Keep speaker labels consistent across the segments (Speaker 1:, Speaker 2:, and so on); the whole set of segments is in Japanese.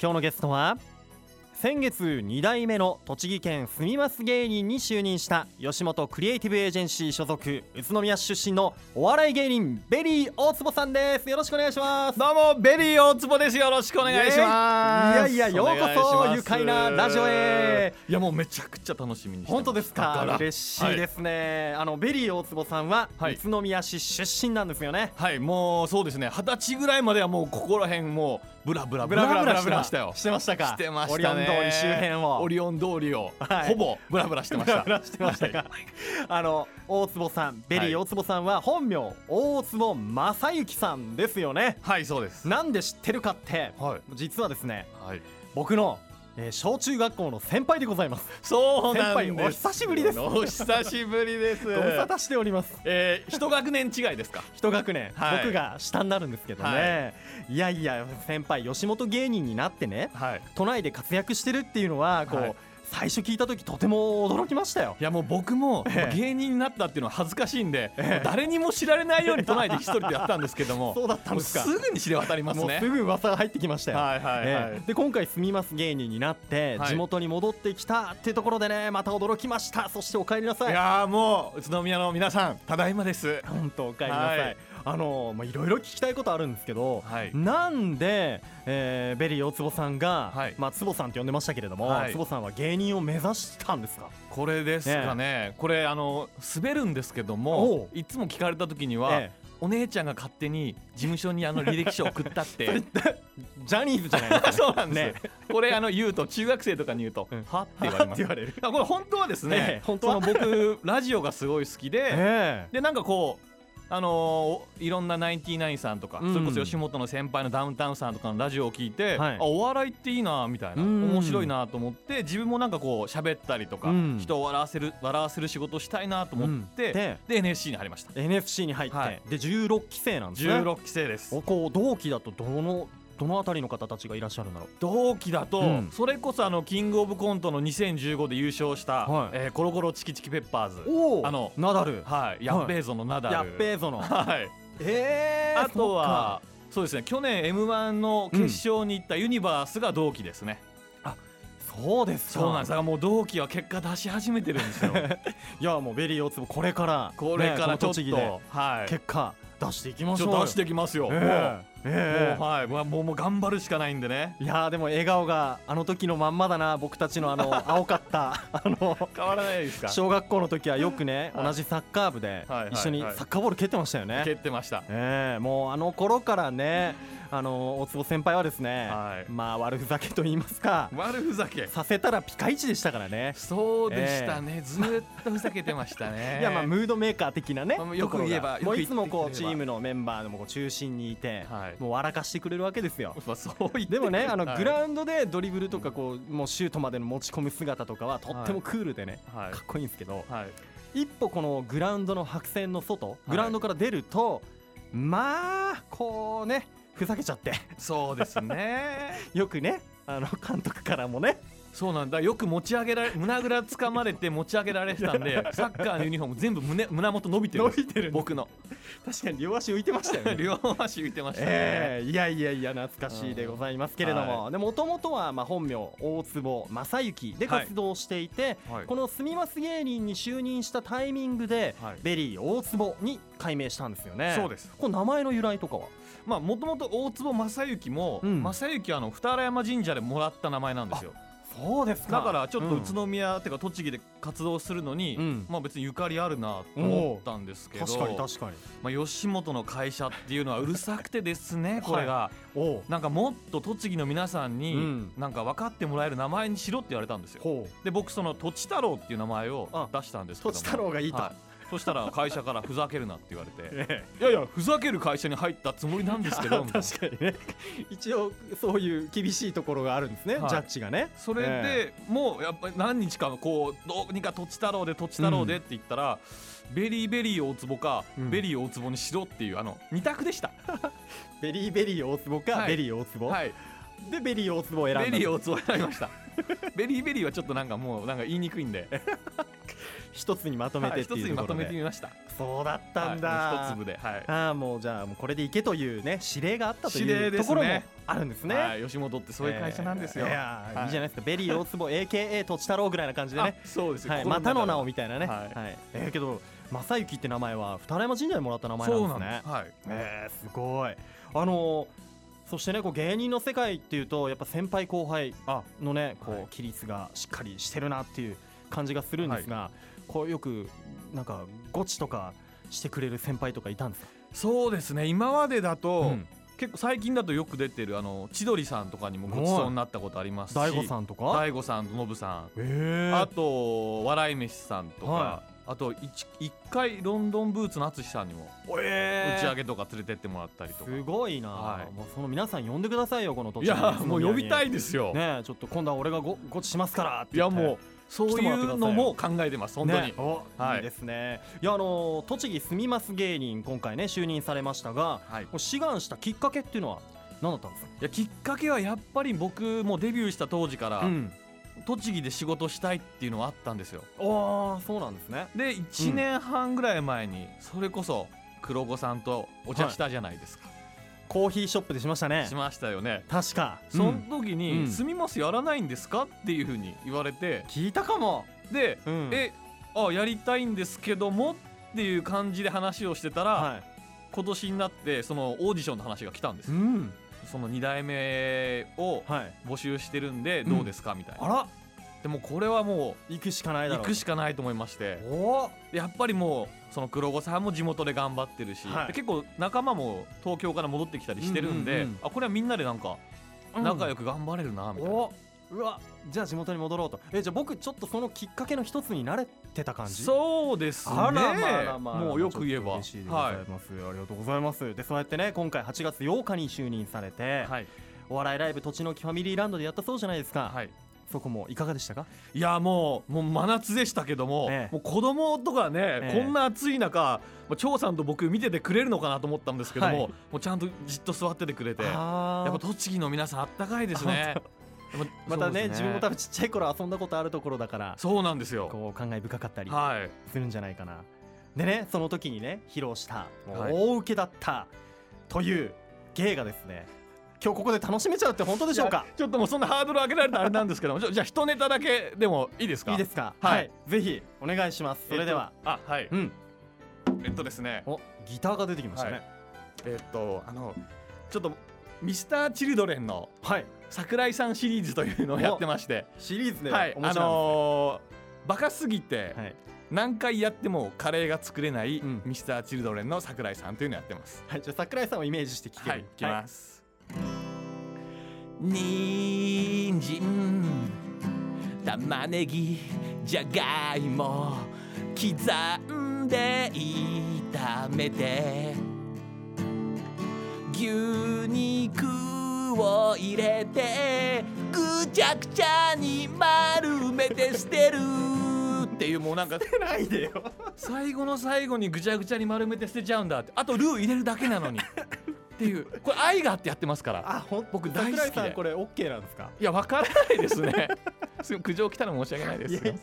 Speaker 1: 今日のゲストは先月2代目の栃木県住みます芸人に就任した吉本クリエイティブエージェンシー所属宇都宮市出身のお笑い芸人ベリー大坪さんですよろしくお願いします
Speaker 2: どうもベリー大坪ですよろしくお願いします
Speaker 1: いやいやようこ
Speaker 2: お願いし
Speaker 1: そ
Speaker 2: ます
Speaker 1: 愉快なラジオへ
Speaker 2: いやもうめちゃくちゃ楽しみにしてます
Speaker 1: 本当です
Speaker 2: だ
Speaker 1: から嬉しいですね、あのベリー大坪さんは
Speaker 2: はい
Speaker 1: 宇都宮市出身なんですよね、
Speaker 2: はい、はいもうそうですね二十歳ぐらいまではもうここら辺もうブラブラブラブラしてましたよ
Speaker 1: してましたか
Speaker 2: してま
Speaker 1: オ
Speaker 2: し
Speaker 1: リオ
Speaker 2: た
Speaker 1: ン
Speaker 2: ね
Speaker 1: 通り周辺を
Speaker 2: オリオン通りを、
Speaker 1: はい
Speaker 2: ほぼブラブラしてました
Speaker 1: ブラブラしてましたか
Speaker 2: はい
Speaker 1: あの大坪さんベリー
Speaker 2: は
Speaker 1: 大坪さんは本名大坪正幸さんですよね
Speaker 2: はいそうです
Speaker 1: なんで知ってるかって
Speaker 2: はい
Speaker 1: 実はですね
Speaker 2: はい
Speaker 1: 僕の、えー小中学校の先輩でございます
Speaker 2: そうなんです
Speaker 1: 先輩お久しぶりです
Speaker 2: お久しぶりです
Speaker 1: ご無沙汰しております
Speaker 2: えー、一学年違いですか
Speaker 1: 一学年、
Speaker 2: はい
Speaker 1: 僕が下になるんですけどね、い、やいや先輩吉本芸人になってね
Speaker 2: はい
Speaker 1: 都内で活躍してるっていうのはこう、
Speaker 2: はい
Speaker 1: 最初聞いた時とても驚きましたよ
Speaker 2: いやもう僕も
Speaker 1: ええ
Speaker 2: 芸人になったっていうのは恥ずかしいんで、もう誰にも知られないように都内で一人でやったんですけども
Speaker 1: そうだったんですか
Speaker 2: もうすぐに知れ渡ります
Speaker 1: もう
Speaker 2: ね
Speaker 1: すぐ噂が入ってきましたよ、
Speaker 2: はいはいはい、
Speaker 1: ええで今回「住みます芸人」になって
Speaker 2: はい
Speaker 1: 地元に戻ってきたってところでねまた驚きましたそしてお帰りなさ
Speaker 2: い
Speaker 1: い
Speaker 2: やーもう宇都宮の皆さんただいまです
Speaker 1: 本当お帰りなさい、
Speaker 2: はい
Speaker 1: あのまあいろいろ聞きたいことあるんですけど、
Speaker 2: はい
Speaker 1: なんで、えーベリー大坪さんが、
Speaker 2: はい
Speaker 1: まあ坪さんって呼んでましたけれども、
Speaker 2: はい
Speaker 1: 坪さんは芸人を目指したんですか
Speaker 2: これですかね、これあの滑るんですけどもいつも聞かれた時には、
Speaker 1: ええ
Speaker 2: お姉ちゃんが勝手に事務所にあの履歴書送ったって
Speaker 1: ジャニーズじゃないですか
Speaker 2: そうなんです、
Speaker 1: ね
Speaker 2: これあの言うと中学生とかに言うと、
Speaker 1: うん
Speaker 2: はって言われま
Speaker 1: っ
Speaker 2: す
Speaker 1: て言われる
Speaker 2: あこれ本当はですね、
Speaker 1: ええ本当は
Speaker 2: その僕ラジオがすごい好きで、
Speaker 1: ええ
Speaker 2: でなんかこうあのーいろんなナインティナインさんとか、
Speaker 1: うん
Speaker 2: それこそ吉本の先輩のダウンタウンさんとかのラジオを聞いて、
Speaker 1: はい
Speaker 2: あお笑いっていいなみたいな、
Speaker 1: うん
Speaker 2: 面白いなと思って自分もなんかこう喋ったりとか、
Speaker 1: うん
Speaker 2: 人を笑わせる笑わせる仕事をしたいなと思って、
Speaker 1: うんで
Speaker 2: で NSC に入りました
Speaker 1: NFC に入って、
Speaker 2: はい
Speaker 1: で16期生なんですね
Speaker 2: 16期生です
Speaker 1: おこう同期だとどのどのあたりの方たちがいらっしゃるんだろう
Speaker 2: 同期だと、
Speaker 1: うん
Speaker 2: それこそあのキングオブコントの2015で優勝した、
Speaker 1: はい
Speaker 2: えーコロコロチキチキペッパーズ
Speaker 1: おお
Speaker 2: あの
Speaker 1: ナダル
Speaker 2: はいやっべえぞのナダル、
Speaker 1: やっべえぞの
Speaker 2: はい
Speaker 1: ええ
Speaker 2: あとはそうですね去年 m 1の決勝に行ったユニバースが同期ですね、
Speaker 1: そうですか
Speaker 2: そうなんですだからもう同期は結果出し始めてるんです よ
Speaker 1: いやもうベリー大粒これから
Speaker 2: これから
Speaker 1: ねこ
Speaker 2: ちょ
Speaker 1: の
Speaker 2: っと、
Speaker 1: 栃木で
Speaker 2: はいち
Speaker 1: 結果出していきましょ
Speaker 2: ょ
Speaker 1: う
Speaker 2: っ
Speaker 1: よ
Speaker 2: と出してきますよ、
Speaker 1: えええ
Speaker 2: もうもうはいもうもうもう頑張るしかないんでね
Speaker 1: えいやーでも笑顔があの時のまんまだな僕たちのあ の青かったあの
Speaker 2: 変わらないですか
Speaker 1: 小学校の時はよくね
Speaker 2: はい
Speaker 1: 同じサッカー部で
Speaker 2: はいはいはい
Speaker 1: 一緒にサッカーボール蹴ってましたよね、
Speaker 2: 蹴ってました
Speaker 1: ええもうあの頃からねあの大坪先輩はですね、
Speaker 2: はい
Speaker 1: まあ悪ふざけと言いますか
Speaker 2: 悪ふざけ
Speaker 1: させたらピカイチでしたからね、
Speaker 2: そうでしたね、ずーっとふざけてました ね
Speaker 1: いやまあムードメーカー的なね
Speaker 2: まあよく言えば
Speaker 1: ところがもうい
Speaker 2: よく言って
Speaker 1: つもこう
Speaker 2: くれ
Speaker 1: チ
Speaker 2: れば
Speaker 1: ームのメンバーのこう中心にいて、
Speaker 2: はい
Speaker 1: もう笑かしてくれるわけです よ
Speaker 2: まあそう言って
Speaker 1: でもねあの
Speaker 2: はい
Speaker 1: グラウンドでドリブルとかこうもうシュートまでの持ち込む姿とかはとってもクールでね、
Speaker 2: はい
Speaker 1: かっこいいんですけど、
Speaker 2: はい
Speaker 1: 一歩このグラウンドの白線の外グラウンドから出ると、まあこうねふざけちゃって
Speaker 2: そうですね
Speaker 1: よくねあの監督からもね
Speaker 2: そうなんだよく持ち上げられ胸ぐらつかまれて持ち上げられてたんでサッカーのユニフォーム全部胸胸元伸びてるん
Speaker 1: 伸
Speaker 2: です
Speaker 1: びてるんです
Speaker 2: 僕の
Speaker 1: 確かに両足浮いてましたよね
Speaker 2: 両足浮いてましたね、
Speaker 1: ええいやいやいや懐かしいでございますけれども、
Speaker 2: は
Speaker 1: でもともとはまあ本名大坪正幸で活動していて、
Speaker 2: はい
Speaker 1: この住みます芸人に就任したタイミングで、
Speaker 2: はい
Speaker 1: ベリー大坪に改名したんですよね
Speaker 2: そうです
Speaker 1: この名前の由来とかは
Speaker 2: まあもともと大坪正幸も、
Speaker 1: うん
Speaker 2: 正幸はあの二荒山神社でもらった名前なんですよ
Speaker 1: そうです
Speaker 2: だからちょっと
Speaker 1: う
Speaker 2: 宇
Speaker 1: ん
Speaker 2: 都宮、っていうか栃木で活動するのに、
Speaker 1: うん
Speaker 2: まあ別にゆかりあるなと思ったんですけど
Speaker 1: 確かに確かに
Speaker 2: まあ、吉本の会社っていうのはうるさくてですねこれが、
Speaker 1: おう
Speaker 2: なんかもっと栃木の皆さんに、
Speaker 1: うん
Speaker 2: なんか分かってもらえる名前にしろって言われたんですよ
Speaker 1: ほう
Speaker 2: で僕そのとち太郎っていう名前を
Speaker 1: あ
Speaker 2: 出したんですけども
Speaker 1: とち太郎がいいと
Speaker 2: はそしたら会社からふざけるなって言われて
Speaker 1: え
Speaker 2: いやいやふざける会社に入ったつもりなんですけど
Speaker 1: 確かにね一応そういう厳しいところがあるんですね、
Speaker 2: はい
Speaker 1: ジャッジがね
Speaker 2: それで、
Speaker 1: え
Speaker 2: もうやっぱり何日かこうどうにかとち太郎でとち太郎でって言ったら、ベリーベリー大坪か、
Speaker 1: うん
Speaker 2: ベリー大坪にしろっていうあの二択でした
Speaker 1: ベリーベリー大坪か、
Speaker 2: はい
Speaker 1: ベリー大坪、
Speaker 2: はい
Speaker 1: でベリー大坪を選んだ
Speaker 2: ベリー大坪選びました ベリーベリーはちょっとなんかもうなんか言いにくいんで
Speaker 1: 一つにまとめ
Speaker 2: は
Speaker 1: て
Speaker 2: い
Speaker 1: って
Speaker 2: 一つ
Speaker 1: いう
Speaker 2: にま
Speaker 1: とことろ
Speaker 2: め
Speaker 1: で、
Speaker 2: てみました
Speaker 1: そうだったんだ、
Speaker 2: はい一粒ではい
Speaker 1: ああもうじゃあもうこれでいけというね指令があったと
Speaker 2: 指
Speaker 1: い
Speaker 2: 令
Speaker 1: う
Speaker 2: ですね
Speaker 1: ところもあるんですね、
Speaker 2: はい、吉本ってそういう会社なんですよ。
Speaker 1: えーいやー
Speaker 2: はい
Speaker 1: いじゃないですかベリー大坪 AKA とち太郎ぐらいな感じでね
Speaker 2: あそうですよ。
Speaker 1: はい、
Speaker 2: 心
Speaker 1: またの名を
Speaker 2: 中
Speaker 1: みたいなね、は
Speaker 2: はいい
Speaker 1: えーけど正幸って名前は二重山神社でもらった名前なん
Speaker 2: そ
Speaker 1: で
Speaker 2: う
Speaker 1: す
Speaker 2: なん
Speaker 1: ね
Speaker 2: です。はい。
Speaker 1: えー、すごいあのーそしてねこう芸人の世界っていうとやっぱ先輩後輩
Speaker 2: あ、
Speaker 1: のねこう、
Speaker 2: はい
Speaker 1: 規律がしっかりしてるなっていう感じがするんですが、こうよくなんかゴチとかしてくれる先輩とかいたんですか、
Speaker 2: そうですね。今までだと、
Speaker 1: うん
Speaker 2: 結構最近だとよく出てるあの千鳥さんとかにもごちそうになったことありますし、
Speaker 1: 大悟さんとか、
Speaker 2: 大悟さんとノブさん、
Speaker 1: えー
Speaker 2: あと笑い飯さんとか、
Speaker 1: は
Speaker 2: あと一一回ロンドンブーツの淳さんにも
Speaker 1: えー
Speaker 2: 打ち上げとか連れてってもらったりとか。
Speaker 1: すごいな、
Speaker 2: はい
Speaker 1: もうその皆さん呼んでくださいよこの
Speaker 2: い
Speaker 1: 栃木
Speaker 2: やもう呼びた
Speaker 1: い
Speaker 2: いですよ。
Speaker 1: ねえちょっと今度は俺がごゴチしますからって
Speaker 2: い
Speaker 1: 言
Speaker 2: や
Speaker 1: って
Speaker 2: もうそういうのも考えてます本当に。
Speaker 1: ねお
Speaker 2: はい
Speaker 1: いいですねいやあのー栃木住みます芸人今回ね就任されましたが
Speaker 2: はい。
Speaker 1: こう志願したきっかけっていうのは何だったんですか、
Speaker 2: いやきっかけはやっぱり僕もデビューした当時から、
Speaker 1: うん、
Speaker 2: 栃木で仕事したいっていうのはあったんですよ
Speaker 1: ああそうなんですね
Speaker 2: で1年半ぐらい前にそれこそ黒子さんとお茶したじゃないですか、
Speaker 1: コーヒーショップでしましたね
Speaker 2: しましたよね
Speaker 1: 確か
Speaker 2: その
Speaker 1: ん
Speaker 2: 時
Speaker 1: う
Speaker 2: に「
Speaker 1: ん
Speaker 2: すみますやらないんですか?」っていうふうに言われて
Speaker 1: 聞いたかも、
Speaker 2: で
Speaker 1: う
Speaker 2: 「
Speaker 1: ん
Speaker 2: えあやりたいんですけども」っていう感じで話をしてたら、
Speaker 1: は
Speaker 2: 今年になってそのオーディションの話が来たんで
Speaker 1: い、
Speaker 2: す
Speaker 1: うん
Speaker 2: その2代目を
Speaker 1: はい、
Speaker 2: 募集してるんで
Speaker 1: うん
Speaker 2: どうですかみたいな、
Speaker 1: あら
Speaker 2: でもこれはも
Speaker 1: 行くしかないうだ
Speaker 2: 行
Speaker 1: ろう
Speaker 2: くしかないと思いまして
Speaker 1: おー
Speaker 2: やっぱりもうその黒子さんも地元で頑張ってるし、
Speaker 1: はい
Speaker 2: で結構仲間も東京から戻ってきたりしてるんで、
Speaker 1: うんうんうん
Speaker 2: あこれはみんなでなんか
Speaker 1: うん
Speaker 2: 仲良く頑張れるなみたいな、
Speaker 1: おうわじゃあ地元に戻ろうとえじゃあ僕ちょっとそのきっかけの一つに慣れてた感じ
Speaker 2: そうですね
Speaker 1: あらまあらまあ
Speaker 2: もうよく言えば
Speaker 1: 嬉しいでございます、ありがとうございますでそうやってね今回8月8日に就任されて、
Speaker 2: い、はい
Speaker 1: お笑いライブ栃の木ファミリーランドでやったそうじゃないですか、
Speaker 2: はい、
Speaker 1: そこもいかがでしたか
Speaker 2: いやもうもう真夏でしたけども,、
Speaker 1: ええ
Speaker 2: もう子供とかね、
Speaker 1: ええ
Speaker 2: こんな暑い中まあ張さんと僕見ててくれるのかなと思ったんですけども,、
Speaker 1: はい
Speaker 2: もうちゃんとじっと座っててくれてやっ
Speaker 1: あー
Speaker 2: ぱ栃木の皆さんあったかいですね。やっぱ
Speaker 1: またね
Speaker 2: そうです
Speaker 1: 自分も多分ちっちゃい頃遊んだことあるところだから
Speaker 2: そうなんですよ。
Speaker 1: こう感慨深かったり
Speaker 2: はい、
Speaker 1: するんじゃないかな、でねその時にね披露したもう
Speaker 2: はい
Speaker 1: 大受けだったという芸がですね今日ここで楽しめちゃうって本当でしょうか
Speaker 2: いやちょっともうそんなハードル上げられたらあれなんですけどもじゃじゃあ一ネタだけでもいいですか
Speaker 1: いいですか
Speaker 2: はい
Speaker 1: ぜひお願いしますそれでは、、
Speaker 2: えっとあはい
Speaker 1: うん
Speaker 2: えっとですね
Speaker 1: おギターが出てきましたね、
Speaker 2: はいえっとあのちょっとミスターチルドレンの
Speaker 1: はい、
Speaker 2: 桜井さんシリーズというのをやってまして
Speaker 1: シリーズで
Speaker 2: はい
Speaker 1: 面
Speaker 2: あ
Speaker 1: 白
Speaker 2: のーバカすぎて
Speaker 1: い、はい
Speaker 2: 何回やってもカレーが作れない
Speaker 1: うん
Speaker 2: ミスターチルドレンの桜井さんというのをやってます
Speaker 1: はい、じゃあ桜井さんをイメージして聞ける、
Speaker 2: はい、いきます。人参、玉ねぎ、じゃがいも、刻んで炒めて。牛肉を入れて、ぐちゃぐちゃに丸めて捨てる。っていうもうなんか
Speaker 1: はい、ないでよ
Speaker 2: 最後の最後にぐちゃぐちゃに丸めて捨てちゃうんだってあとルー入れるだけなのにっていうこれ愛があってやってますから
Speaker 1: あほん
Speaker 2: 僕大好きで
Speaker 1: 桜井さんこれ OK なんですか
Speaker 2: いやわからないです ねすごい苦情来たら申し訳ないです
Speaker 1: いや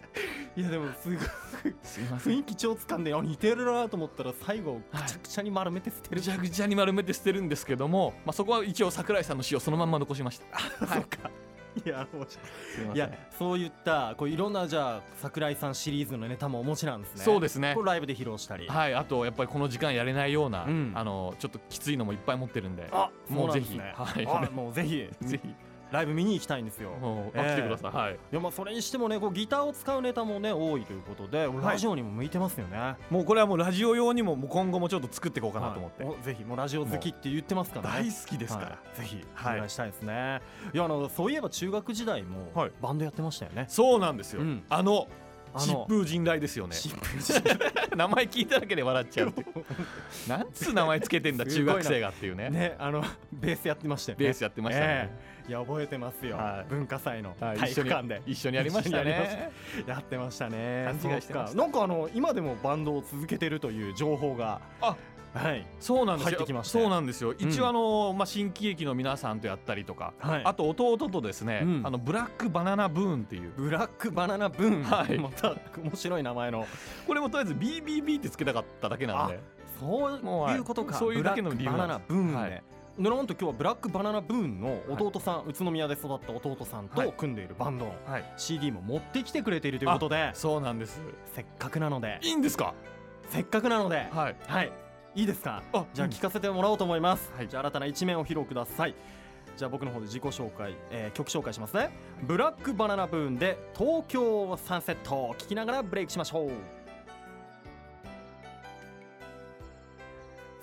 Speaker 1: いやでもすごい
Speaker 2: すいません
Speaker 1: 雰囲気超つかんであ似てるなと思ったら最後ぐちゃぐちゃに丸めて捨て
Speaker 2: ぐ
Speaker 1: る、
Speaker 2: ちゃぐちゃに丸めて捨てるんですけども、まあ、そこは一応桜井さんの詩をそのまんま残しました、はい、
Speaker 1: い、や面白い
Speaker 2: すいません
Speaker 1: いやそういったこういろんなじゃあ桜井さんシリーズのネタもお持ちなんですね
Speaker 2: そうですすね
Speaker 1: ライブで披露したり、
Speaker 2: はいあとやっぱりこの時間やれないような、
Speaker 1: うん
Speaker 2: あのちょっときついのもいっぱい持ってるんで
Speaker 1: あ
Speaker 2: もうぜ
Speaker 1: そう
Speaker 2: ひ、
Speaker 1: なんです
Speaker 2: は
Speaker 1: ね
Speaker 2: い、
Speaker 1: あもう ぜひ
Speaker 2: ぜひ
Speaker 1: ライブ見に行きたいんですよ
Speaker 2: も
Speaker 1: え
Speaker 2: う、
Speaker 1: え
Speaker 2: あ来てくださいはい
Speaker 1: いやまあそれにしてもねこうギターを使うネタもね多いということでラジオにも向いてますよね、
Speaker 2: もうこれはもうラジオ用にももう今後もちょっと作っていこうかなと思って、
Speaker 1: はいおぜひもうラジオ好きって言ってますからね
Speaker 2: 大好きですから、
Speaker 1: はいぜひお
Speaker 2: はい
Speaker 1: 願いしたいですね、い、やあのそういえば中学時代も
Speaker 2: はい
Speaker 1: バンドやってましたよね、
Speaker 2: そうなんですよ、
Speaker 1: うん
Speaker 2: あの
Speaker 1: あ
Speaker 2: 疾
Speaker 1: の
Speaker 2: 風陣雷ですよね
Speaker 1: 疾風時代
Speaker 2: 名前聞いただけで笑っちゃうっていう なんつう名前つけてん だ
Speaker 1: すごいな
Speaker 2: 中学生がっていうね
Speaker 1: ねあのベースやってましたよね
Speaker 2: ベースやってましたね、
Speaker 1: ええいや覚えてますよ、
Speaker 2: はい
Speaker 1: 文化祭の
Speaker 2: は
Speaker 1: 体
Speaker 2: い
Speaker 1: 育館で
Speaker 2: 一緒にやりました
Speaker 1: 一緒にやりま
Speaker 2: ね
Speaker 1: やってましたね
Speaker 2: 勘違いしてました
Speaker 1: そうかなんかあの今でもバンドを続けてるという情報が
Speaker 2: あ
Speaker 1: はい
Speaker 2: そうなんです
Speaker 1: 入って
Speaker 2: よ
Speaker 1: きましたよ
Speaker 2: そうなんですよ
Speaker 1: う
Speaker 2: 一
Speaker 1: ん
Speaker 2: 応あの、まあ、新喜劇の皆さんとやったりとか、
Speaker 1: はい
Speaker 2: あと弟とですね、
Speaker 1: うん
Speaker 2: あのブラックバナナブーンっていう
Speaker 1: ブラックバナナブーン、
Speaker 2: はい
Speaker 1: また面白い名前の
Speaker 2: これもとりあえず BBB ってつけたかっただけなんで
Speaker 1: そう
Speaker 2: もうはい
Speaker 1: いうことか
Speaker 2: そういうだけの理由
Speaker 1: ブラックバナ
Speaker 2: な
Speaker 1: ナ
Speaker 2: んです
Speaker 1: ブーンで、
Speaker 2: はい
Speaker 1: ぬろんと今日はブラックバナナブーンの弟さん、宇都宮で育った弟さん
Speaker 2: は
Speaker 1: と
Speaker 2: い
Speaker 1: 組んでいるバンドの
Speaker 2: はい
Speaker 1: CD も持ってきてくれているということで
Speaker 2: そうなんです
Speaker 1: せっかくなので
Speaker 2: いいんですか
Speaker 1: せっかくなので
Speaker 2: はい
Speaker 1: はいいいですか
Speaker 2: あ
Speaker 1: じゃあ
Speaker 2: うん
Speaker 1: 聞かせてもらおうと思います、
Speaker 2: はい
Speaker 1: じゃあ新たな一面を披露くださいじゃあ僕の方で自己紹介、えー曲紹介しますねブラックバナナブーンで東京サンセットを聞きながらブレイクしましょう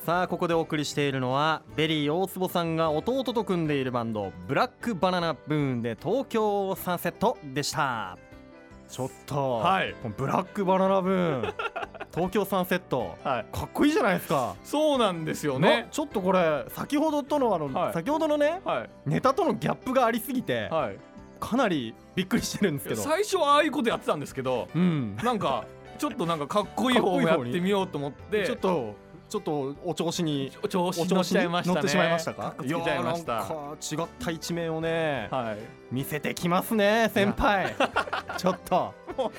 Speaker 1: さあここでお送りしているのはベリー大坪さんが弟と組んでいるバンドブラックバナナブーンで東京サンセットでしたちょっと、
Speaker 2: はい
Speaker 1: このブラックバナナブ ーン東京サンセット
Speaker 2: はい
Speaker 1: かっこいいじゃないですか。
Speaker 2: そうなんですよ
Speaker 1: ね
Speaker 2: ね、
Speaker 1: ちょっとこれ先ほどとのあの、
Speaker 2: はい
Speaker 1: 先ほどのね
Speaker 2: は
Speaker 1: ネタとのギャップがありすぎて、
Speaker 2: いはい
Speaker 1: かなりびっくりしてるんですけど
Speaker 2: 最初はああいうことやってたんですけど
Speaker 1: うん
Speaker 2: なんかちょっとなんかかっこいい方もやってみようと思って
Speaker 1: ちょっとちょっとお調子に
Speaker 2: お調子
Speaker 1: お
Speaker 2: に乗
Speaker 1: 調
Speaker 2: っ
Speaker 1: 子
Speaker 2: ちゃいました
Speaker 1: に
Speaker 2: ね
Speaker 1: 乗ってしまいましたか
Speaker 2: っこつけちゃいました
Speaker 1: やーなんか違った一面をね、
Speaker 2: はい
Speaker 1: 見せてきますね先輩ちょっと
Speaker 2: も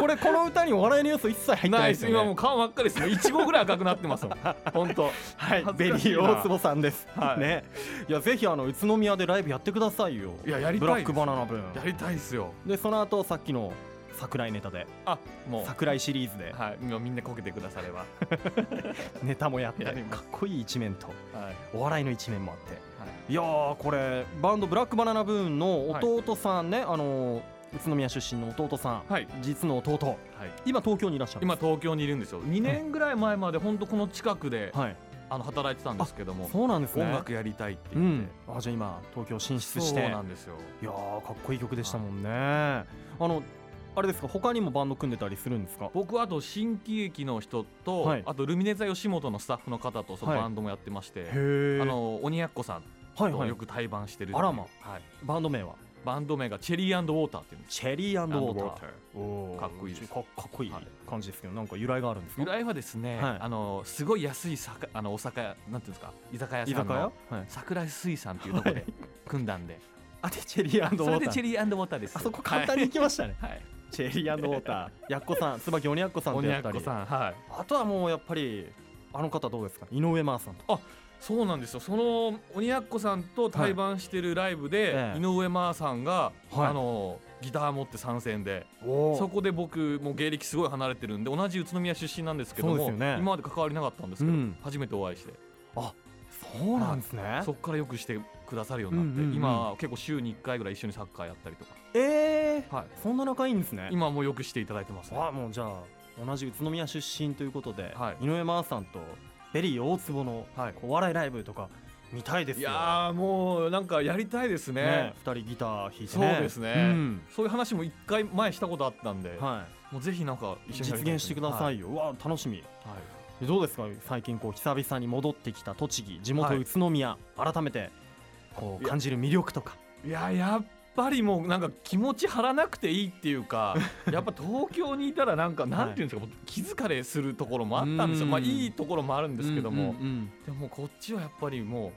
Speaker 1: これこの歌にお笑いの要素一切入ってな
Speaker 2: な
Speaker 1: で
Speaker 2: いいですす
Speaker 1: よ、ね、
Speaker 2: 今もう顔真っ赤ですねいちごぐらい赤くなってますもん ほんと
Speaker 1: はい
Speaker 2: 恥
Speaker 1: ベリ
Speaker 2: ずかしいな
Speaker 1: ー大坪さんです、
Speaker 2: はい
Speaker 1: ねいやぜひあの宇都宮でライブやってくださいよ
Speaker 2: いややりたいです
Speaker 1: ブラックバナナ分
Speaker 2: やりたいですよ
Speaker 1: でその後さっきの桜井ネタで
Speaker 2: あもう
Speaker 1: 桜井シリーズで
Speaker 2: はい、今みんなこけてくだされば、は
Speaker 1: ネタもやって
Speaker 2: や
Speaker 1: かっ
Speaker 2: ります
Speaker 1: こいい一面と
Speaker 2: いはい、
Speaker 1: お笑いの一面もあっていやーこれバンドブラックバナナブーンの弟さんね、あのー宇都宮出身の弟さん、
Speaker 2: はい
Speaker 1: 実の弟
Speaker 2: はい、
Speaker 1: 今東京にいらっしゃる
Speaker 2: 今東京にいるんですよ2年ぐらい前まで本当この近くで、
Speaker 1: はい
Speaker 2: あの働いてたんですけども
Speaker 1: そうなんですね
Speaker 2: 音楽やりたいって
Speaker 1: う
Speaker 2: 言って
Speaker 1: ん、、あじゃあ今東京進出
Speaker 2: そ
Speaker 1: し
Speaker 2: う
Speaker 1: て
Speaker 2: なんですよ
Speaker 1: いやーかっこいい曲でしたもんね、あのあれですか他にもバンド組んでたりするんですか
Speaker 2: 僕はあと新喜劇の人と、
Speaker 1: はい
Speaker 2: あとルミネ座吉本のスタッフの方とその
Speaker 1: はい
Speaker 2: バンドもやってまして、
Speaker 1: へ
Speaker 2: あ
Speaker 1: あの
Speaker 2: の鬼奴さん
Speaker 1: はい
Speaker 2: と
Speaker 1: はい
Speaker 2: よく対バンしてるっていう
Speaker 1: あらま
Speaker 2: はい、
Speaker 1: バンド名は
Speaker 2: バンド名がチェリーウォーターっていうんです
Speaker 1: チェリーウォーター
Speaker 2: ー
Speaker 1: おー
Speaker 2: かっこいいです
Speaker 1: かかっこいい
Speaker 2: はい
Speaker 1: 感じですけど、なんか由来があるんですか
Speaker 2: 由来はですね、
Speaker 1: はい
Speaker 2: あのすごい安い酒あのお酒屋なんていうんですか居酒屋
Speaker 1: 居
Speaker 2: さ
Speaker 1: 酒
Speaker 2: ん
Speaker 1: 屋
Speaker 2: の
Speaker 1: はい
Speaker 2: 桜井水産っていうところで組んだんで、
Speaker 1: あでチェリ ーウォーター
Speaker 2: それでチェリーウォーターです
Speaker 1: あそこ簡単に行きましたね、
Speaker 2: はい、はい、
Speaker 1: チェリーウォーター やっこさん椿鬼やっこさんと
Speaker 2: 鬼
Speaker 1: やった
Speaker 2: 奴
Speaker 1: り
Speaker 2: さんはい
Speaker 1: あとはもうやっぱりあの方どうですか井上真央さんと
Speaker 2: そうなんですよその鬼奴さんと対バンしてるライブで、
Speaker 1: はいええ
Speaker 2: 井上真央さんが、
Speaker 1: はい
Speaker 2: あのギター持って参戦で
Speaker 1: お
Speaker 2: そこで僕もう芸歴すごい離れてるんで同じ宇都宮出身なんですけど
Speaker 1: そうで
Speaker 2: も、
Speaker 1: すよね
Speaker 2: 今まで関わりなかったんですけど、
Speaker 1: うん
Speaker 2: 初めてお会いして
Speaker 1: そうなんですね
Speaker 2: そこからよくしてくださるようになって、
Speaker 1: うんうんうん
Speaker 2: 今結構週に1回ぐらい一緒にサッカーやったりとか、
Speaker 1: えー、
Speaker 2: はい、
Speaker 1: そんな仲いいんですね
Speaker 2: 今もよくしていただいてますね
Speaker 1: あもうじゃあ同じ宇都宮出身ということで、
Speaker 2: はい
Speaker 1: 井上真央さんとベリー大坪の
Speaker 2: はい
Speaker 1: お笑いライブとか見たいです
Speaker 2: い
Speaker 1: よ
Speaker 2: やーもうなんかやりたいですね
Speaker 1: ね二人ギター弾いてね
Speaker 2: そうですね
Speaker 1: うん
Speaker 2: そういう話も1回前したことあったんで、
Speaker 1: はい
Speaker 2: もうぜひなんか一
Speaker 1: 実
Speaker 2: 緒にやりたいですね
Speaker 1: 現してくださいよ、うわ楽しみ
Speaker 2: はいはい
Speaker 1: どうですか最近こう久々に戻ってきた栃木地元
Speaker 2: はい
Speaker 1: 宇都宮、改めてこう
Speaker 2: いや
Speaker 1: 感じる魅力とか
Speaker 2: いややっぱりもうなんか気持ち張らなくていいってい うかやっぱ東京にいたらなんかなんていうんですか、もう気疲れするところもあったんですよ
Speaker 1: うん
Speaker 2: まあいいところもあるんですけども、
Speaker 1: うん
Speaker 2: でもこっちはやっぱりも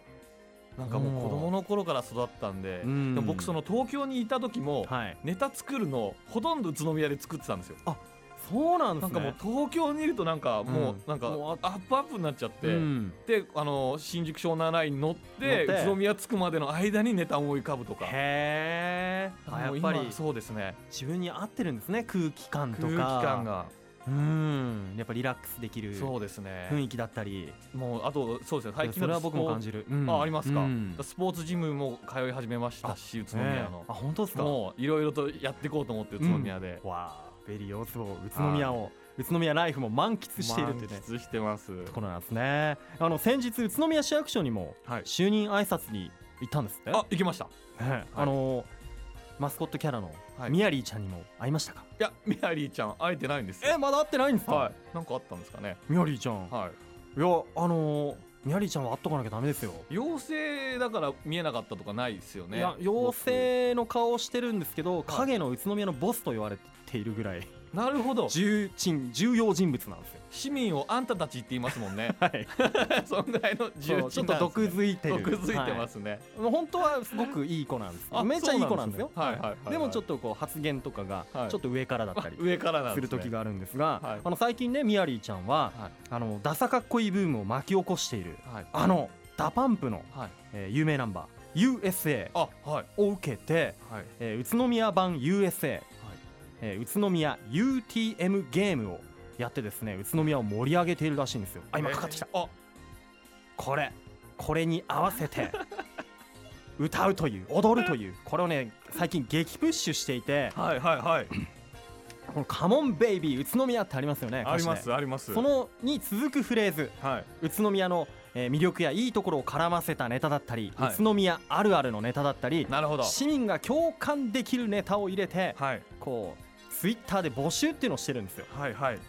Speaker 2: うなんかもう子供の頃から育ったんで、
Speaker 1: うん
Speaker 2: でも僕その東京にいた時も、
Speaker 1: はい
Speaker 2: ネタ作るのほとんど宇都宮で作ってたんですよ。
Speaker 1: そうなんで
Speaker 2: な
Speaker 1: す
Speaker 2: ん
Speaker 1: ね
Speaker 2: かもう東京にいるとなんかもう
Speaker 1: うん
Speaker 2: なんか
Speaker 1: もう
Speaker 2: アップアップになっちゃって、
Speaker 1: うん
Speaker 2: であの新宿湘南ラインに乗って
Speaker 1: 乗って
Speaker 2: 宇都宮着くまでの間にネタを思い浮かぶとか
Speaker 1: へえ
Speaker 2: あ
Speaker 1: や
Speaker 2: も
Speaker 1: っ
Speaker 2: う
Speaker 1: ぱ
Speaker 2: 今
Speaker 1: り
Speaker 2: そうですね
Speaker 1: 自分に合ってるんですね空気感とか
Speaker 2: 空気感が
Speaker 1: うんやっぱリラックスできる
Speaker 2: そうですね
Speaker 1: 雰囲気だったり
Speaker 2: もうあとそうですね最近
Speaker 1: それは僕も感
Speaker 2: じ
Speaker 1: じる、
Speaker 2: あありますか,、
Speaker 1: うん
Speaker 2: スポーツジムも通い始めましたし宇都
Speaker 1: ね
Speaker 2: 宮
Speaker 1: え
Speaker 2: の、
Speaker 1: あ本当ですか
Speaker 2: もういろいろとやっていこうと思って宇都宮で、
Speaker 1: わあベリー大坪宇都宮を宇都宮ライフも満喫しているってね
Speaker 2: 満喫してます
Speaker 1: ところなんですねあの先日宇都宮市役所にも
Speaker 2: はい
Speaker 1: 就任挨拶に行ったんですって、
Speaker 2: あ行きましたい
Speaker 1: ねあのマスコットキャラの
Speaker 2: はい
Speaker 1: ミヤリーちゃんにも会いましたか、
Speaker 2: やミアリーちゃん会えてないんですよ
Speaker 1: えまだ会ってないんですか、
Speaker 2: はいなんかあったんですかね
Speaker 1: ミヤリーちゃん、い、
Speaker 2: はい
Speaker 1: やあのミヤリーちゃんは会っとかなきゃダメですよ、
Speaker 2: 陽性だから見えなかったとかないですよ
Speaker 1: い
Speaker 2: ね
Speaker 1: や妖精の顔をしてるんですけど影の宇都宮のボスと言われているぐらい
Speaker 2: 僕なるほど
Speaker 1: 重鎮重要人物なんですよ
Speaker 2: 市民をあんたたちって言いますもんね
Speaker 1: はい
Speaker 2: そんぐらいの重鎮
Speaker 1: そ
Speaker 2: な
Speaker 1: う
Speaker 2: んです
Speaker 1: ちょ
Speaker 2: ね
Speaker 1: っと毒づいてる、
Speaker 2: 毒づいてますすね、
Speaker 1: はい本当はすごくいい子なんです
Speaker 2: あ
Speaker 1: めっちゃいい子なんですよ
Speaker 2: そうなんですねはいはいはいはい
Speaker 1: でもちょっとこう発言とかが
Speaker 2: はい
Speaker 1: ちょっと上からだったり
Speaker 2: 上からな
Speaker 1: す
Speaker 2: んで
Speaker 1: る
Speaker 2: す、ね、
Speaker 1: 時があるんですが、
Speaker 2: はい
Speaker 1: あの最近ねミヤリーちゃんは
Speaker 2: はい
Speaker 1: あのダサかっこいいブームを巻き起こしている
Speaker 2: はい
Speaker 1: あのダパンプの、
Speaker 2: はい
Speaker 1: えー有名ナンバー USA
Speaker 2: あはい
Speaker 1: を受けて、
Speaker 2: はい
Speaker 1: えー宇都宮版 USA、えー宇都宮 UTM ゲームをやってですね宇都宮を盛り上げているらしいんですよあ今かかってきた、
Speaker 2: あ
Speaker 1: これこれに合わせて歌うという踊るというこれをね最近激プッシュしていて
Speaker 2: はいはいはい
Speaker 1: このカモンベイビー宇都宮ってありますよね
Speaker 2: ありま
Speaker 1: 歌詞ね
Speaker 2: すあります
Speaker 1: そのに続くフレーズ
Speaker 2: はい
Speaker 1: 宇都宮のえー魅力やいいところを絡ませたネタだったり、
Speaker 2: はい
Speaker 1: 宇都宮あるあるのネタだったり
Speaker 2: なるほど
Speaker 1: 市民が共感できるネタを入れて
Speaker 2: はい
Speaker 1: こうツイッターで募集っていうのをしてるんですよ。
Speaker 2: はいはい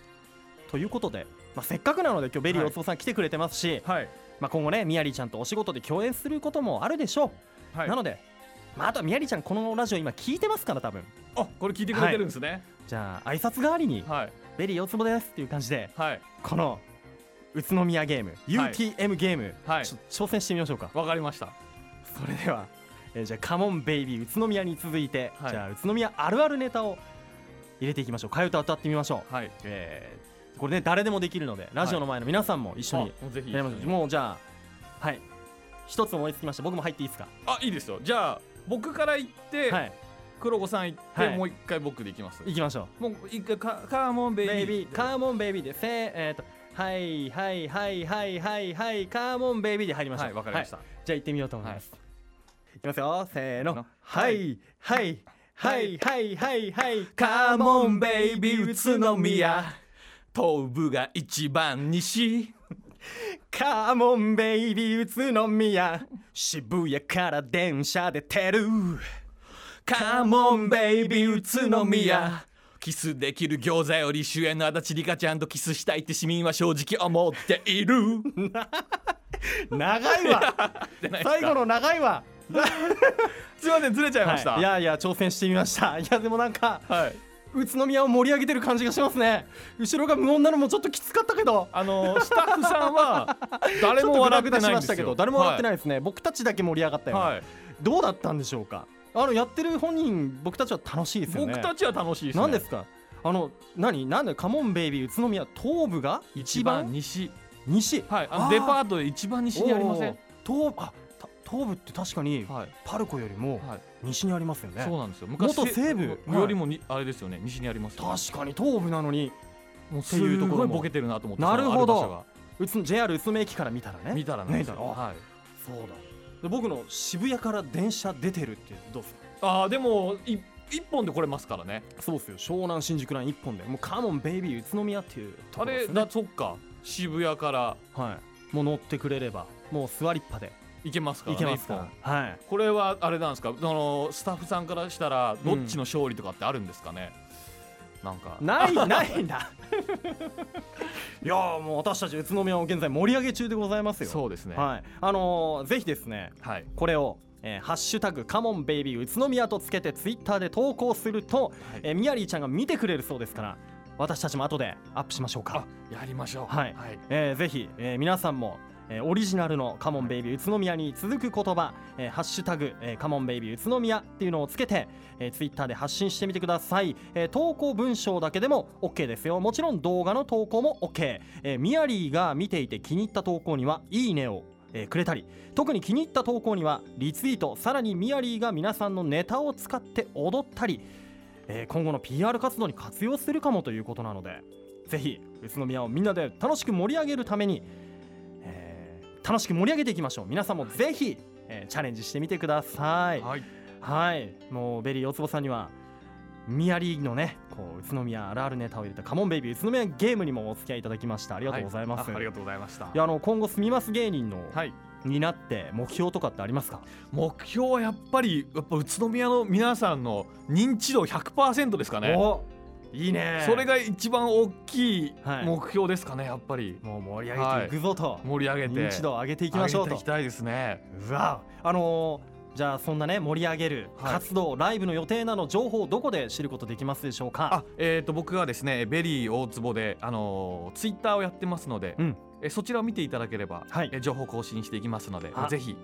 Speaker 1: ということで、まあ、せっかくなので今日ベリー
Speaker 2: はい
Speaker 1: 大坪さん来てくれてますし、
Speaker 2: はい
Speaker 1: まあ、今後ねミヤリーちゃんとお仕事で共演することもあるでしょう。
Speaker 2: はい
Speaker 1: なので、まあ、あとはミヤリーちゃんこのラジオ今聞いてますから多分
Speaker 2: あこれ聞いてくれてるんですね
Speaker 1: じゃあ挨拶代わりに
Speaker 2: はい
Speaker 1: 「ベリー大坪です」っていう感じで
Speaker 2: はい
Speaker 1: この宇都宮ゲーム UTM ゲーム、
Speaker 2: はい
Speaker 1: ちょ挑戦してみましょうか。
Speaker 2: わかりました
Speaker 1: それでは、えーじゃあカモンベイビー宇都宮に続いて、
Speaker 2: はい
Speaker 1: じゃあ宇都宮あるあるネタを入れていきましょう替え歌歌ってみましょう、
Speaker 2: はい
Speaker 1: えーこれね誰でもできるのでラジオの前の皆さんも一緒に
Speaker 2: あもうぜひ
Speaker 1: やりましょうもうじゃあはい一つ思いつきました僕も入っていいですか
Speaker 2: あいいですよじゃあ僕から行って、
Speaker 1: はい
Speaker 2: 黒子さん行って、
Speaker 1: はい
Speaker 2: もう一回僕で行きます
Speaker 1: 行きましょう
Speaker 2: もう一回カカーモンベイビー
Speaker 1: ベイビーカーモンベイビーでせーえーとはいはいはいはいはいはいカーモンベイビーで入りましょう
Speaker 2: はいわかりました、
Speaker 1: じゃあ行ってみようと思います。いきますよ、せーの
Speaker 2: の。
Speaker 1: はい、はい、はい、はい、はい、はい。
Speaker 2: カーモンベイビー宇都宮東部が一番西
Speaker 1: カーモンベイビー宇都宮。渋谷から電車でてる。
Speaker 2: カーモンベイビー宇都宮キスできる餃子より主演の足立梨花ちゃんとキスしたいって市民は正直思ってい る
Speaker 1: 長いわ。 最後の長いわ。
Speaker 2: すいませんずれちゃいました、
Speaker 1: はい、いやいや、挑戦してみました。い や、でもなんか、
Speaker 2: はい
Speaker 1: 宇都宮を盛り上げてる感じがしますね。後ろが無音なのもちょっときつかったけど。
Speaker 2: あのスタッフさんは 誰
Speaker 1: ちょっと
Speaker 2: も
Speaker 1: グ
Speaker 2: 笑
Speaker 1: ダ
Speaker 2: っ
Speaker 1: グ
Speaker 2: て
Speaker 1: ダ
Speaker 2: な
Speaker 1: し
Speaker 2: いん
Speaker 1: ま
Speaker 2: で
Speaker 1: し
Speaker 2: す
Speaker 1: た
Speaker 2: よ
Speaker 1: けど、誰も笑ってないいですね。僕たちだけ盛り上がったよね。
Speaker 2: はい、はい
Speaker 1: どうだったんでしょうかあのやってる本人僕たちは楽しいですよね
Speaker 2: 僕たちは楽しいですね
Speaker 1: 何ですかあの何なんでカモンベイビー宇都宮東部が一
Speaker 2: 一番
Speaker 1: 番
Speaker 2: 西
Speaker 1: 西
Speaker 2: はいあ
Speaker 1: あー
Speaker 2: のデパートで一番西にありま
Speaker 1: お
Speaker 2: せ
Speaker 1: ー
Speaker 2: ん
Speaker 1: 東あた東部って確かに
Speaker 2: はい
Speaker 1: パルコよりも
Speaker 2: はい
Speaker 1: 西にありますよね、
Speaker 2: そうなんですよ昔
Speaker 1: 元西武
Speaker 2: よりもに、あれですよね西にありますよね
Speaker 1: 確かに東部なのに
Speaker 2: もう
Speaker 1: て
Speaker 2: す
Speaker 1: いうところも
Speaker 2: ごいボケてるなと思って
Speaker 1: なるほど
Speaker 2: そのある場
Speaker 1: 宇都 JR 宇都宮駅から見たら
Speaker 2: 所が
Speaker 1: ね
Speaker 2: 見たらなんですよ
Speaker 1: ね見たら
Speaker 2: はい
Speaker 1: そうだで僕の渋谷から電車出てるってどうす
Speaker 2: あーでもい一本で来れますからね
Speaker 1: かそうっすよ湘南新宿ライン一本でもうカモンベイビー宇都宮っていうとこ
Speaker 2: あ
Speaker 1: ろで
Speaker 2: れ
Speaker 1: すね
Speaker 2: だそっか渋谷から
Speaker 1: はいもう乗ってくれればもう座りっぱで
Speaker 2: 行けますから
Speaker 1: 行
Speaker 2: ね
Speaker 1: けますから、
Speaker 2: 一本
Speaker 1: はい
Speaker 2: これはあれなんですかあのスタッフさんからしたらどっちの勝利とかってあるんですかね、なんか
Speaker 1: ないないんだいやーもう私たち宇都宮を現在盛り上げ中でございますよ
Speaker 2: そうですね
Speaker 1: はいあのーぜひですね
Speaker 2: はい
Speaker 1: これを、えーハッシュタグカモンベイビー宇都宮」とつけてツイッターで投稿すると、
Speaker 2: はい
Speaker 1: えー、ミヤリーちゃんが見てくれるそうですから私たちも後でアップしましょうか
Speaker 2: あ、やりましょう
Speaker 1: はいえーぜひ、えー皆さんも、えーオリジナルの「カモンベイビー宇都宮」に続く言葉「えーハッシュタグ、えーカモンベイビー宇都宮」っていうのをつけて、えツイッター Twitter で発信してみてください、えー投稿文章だけでも OK ですよもちろん動画の投稿も OK、えー、ミヤリーが見ていて気に入った投稿には「いいね」をえーくれたり特に気に入った投稿にはリツイートさらにミヤリーが皆さんのネタを使って踊ったり、えー今後の PR 活動に活用するかもということなのでぜひ宇都宮をみんなで楽しく盛り上げるために、えー楽しく盛り上げていきましょう皆さんもぜひ、えーチャレンジしてみてくださいはい、
Speaker 2: はい
Speaker 1: もうベリー大坪さんにはミヤリーのねこう宇都宮あるあるネタを入れたカモンベイビー宇都宮ゲームにもお付き合いいただきましたありがとうございます、
Speaker 2: はああ
Speaker 1: い
Speaker 2: りがとうございました
Speaker 1: やあの今後すみます芸人の、
Speaker 2: はい
Speaker 1: になって目標とかってありますか
Speaker 2: 目標はやっぱりやっぱ宇都宮の皆さんの認知度100%ですかね
Speaker 1: おいいね
Speaker 2: それが一番大きい
Speaker 1: はい
Speaker 2: 目標ですかねやっぱり
Speaker 1: もう盛り上げていくぞと、
Speaker 2: 盛り上げて
Speaker 1: 認知度を上げていきましょう
Speaker 2: 上
Speaker 1: と
Speaker 2: げていきたいですね
Speaker 1: うわあのーじゃあそんなね盛り上げる
Speaker 2: はい
Speaker 1: 活動、ライブの予定など情報をどこで知ることできますでしょうか
Speaker 2: あえー、と僕はですねベリー大坪であのツイッター Twitter をやってますので、
Speaker 1: うん
Speaker 2: えそちらを見ていただければ、
Speaker 1: はい
Speaker 2: え情報更新していきますので
Speaker 1: あ
Speaker 2: ぜひ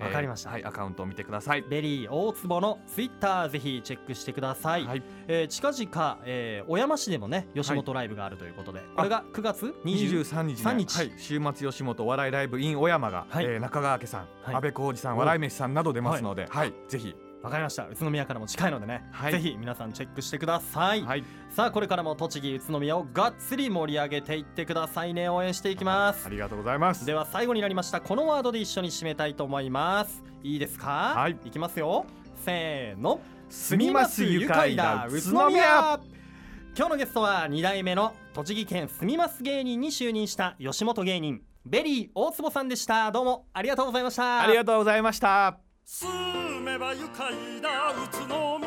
Speaker 1: わかりました
Speaker 2: えーはいアカウントを見てください
Speaker 1: ベリー大坪のツイッターぜひチェックしてください、
Speaker 2: はい
Speaker 1: えー近々、えー小山市でもね吉本ライブがあるということで、これが9月20
Speaker 2: 23日ね
Speaker 1: 3日
Speaker 2: はい、週末吉本お笑いライブ in 小山が、
Speaker 1: はい
Speaker 2: えー中川家さん、
Speaker 1: はい
Speaker 2: 安倍浩二さん
Speaker 1: お
Speaker 2: 笑い飯さんなど出ますので、はいぜひ、
Speaker 1: わかりました宇都宮からも近いのでね、
Speaker 2: はい
Speaker 1: ぜひ皆さんチェックしてください、
Speaker 2: はい、
Speaker 1: さあこれからも栃木宇都宮をがっつり盛り上げていってくださいね応援していきます
Speaker 2: ありがとうございます
Speaker 1: では最後になりましたこのワードで一緒に締めたいと思いますいいですか
Speaker 2: はい
Speaker 1: いきますよせーの
Speaker 2: 住みます愉快な宇都宮
Speaker 1: 今日のゲストは2代目の栃木県住みます芸人に就任した吉本芸人ベリー大坪さんでしたどうもありがとうございました
Speaker 2: ありがとうございました
Speaker 3: 住めば愉快な宇都宮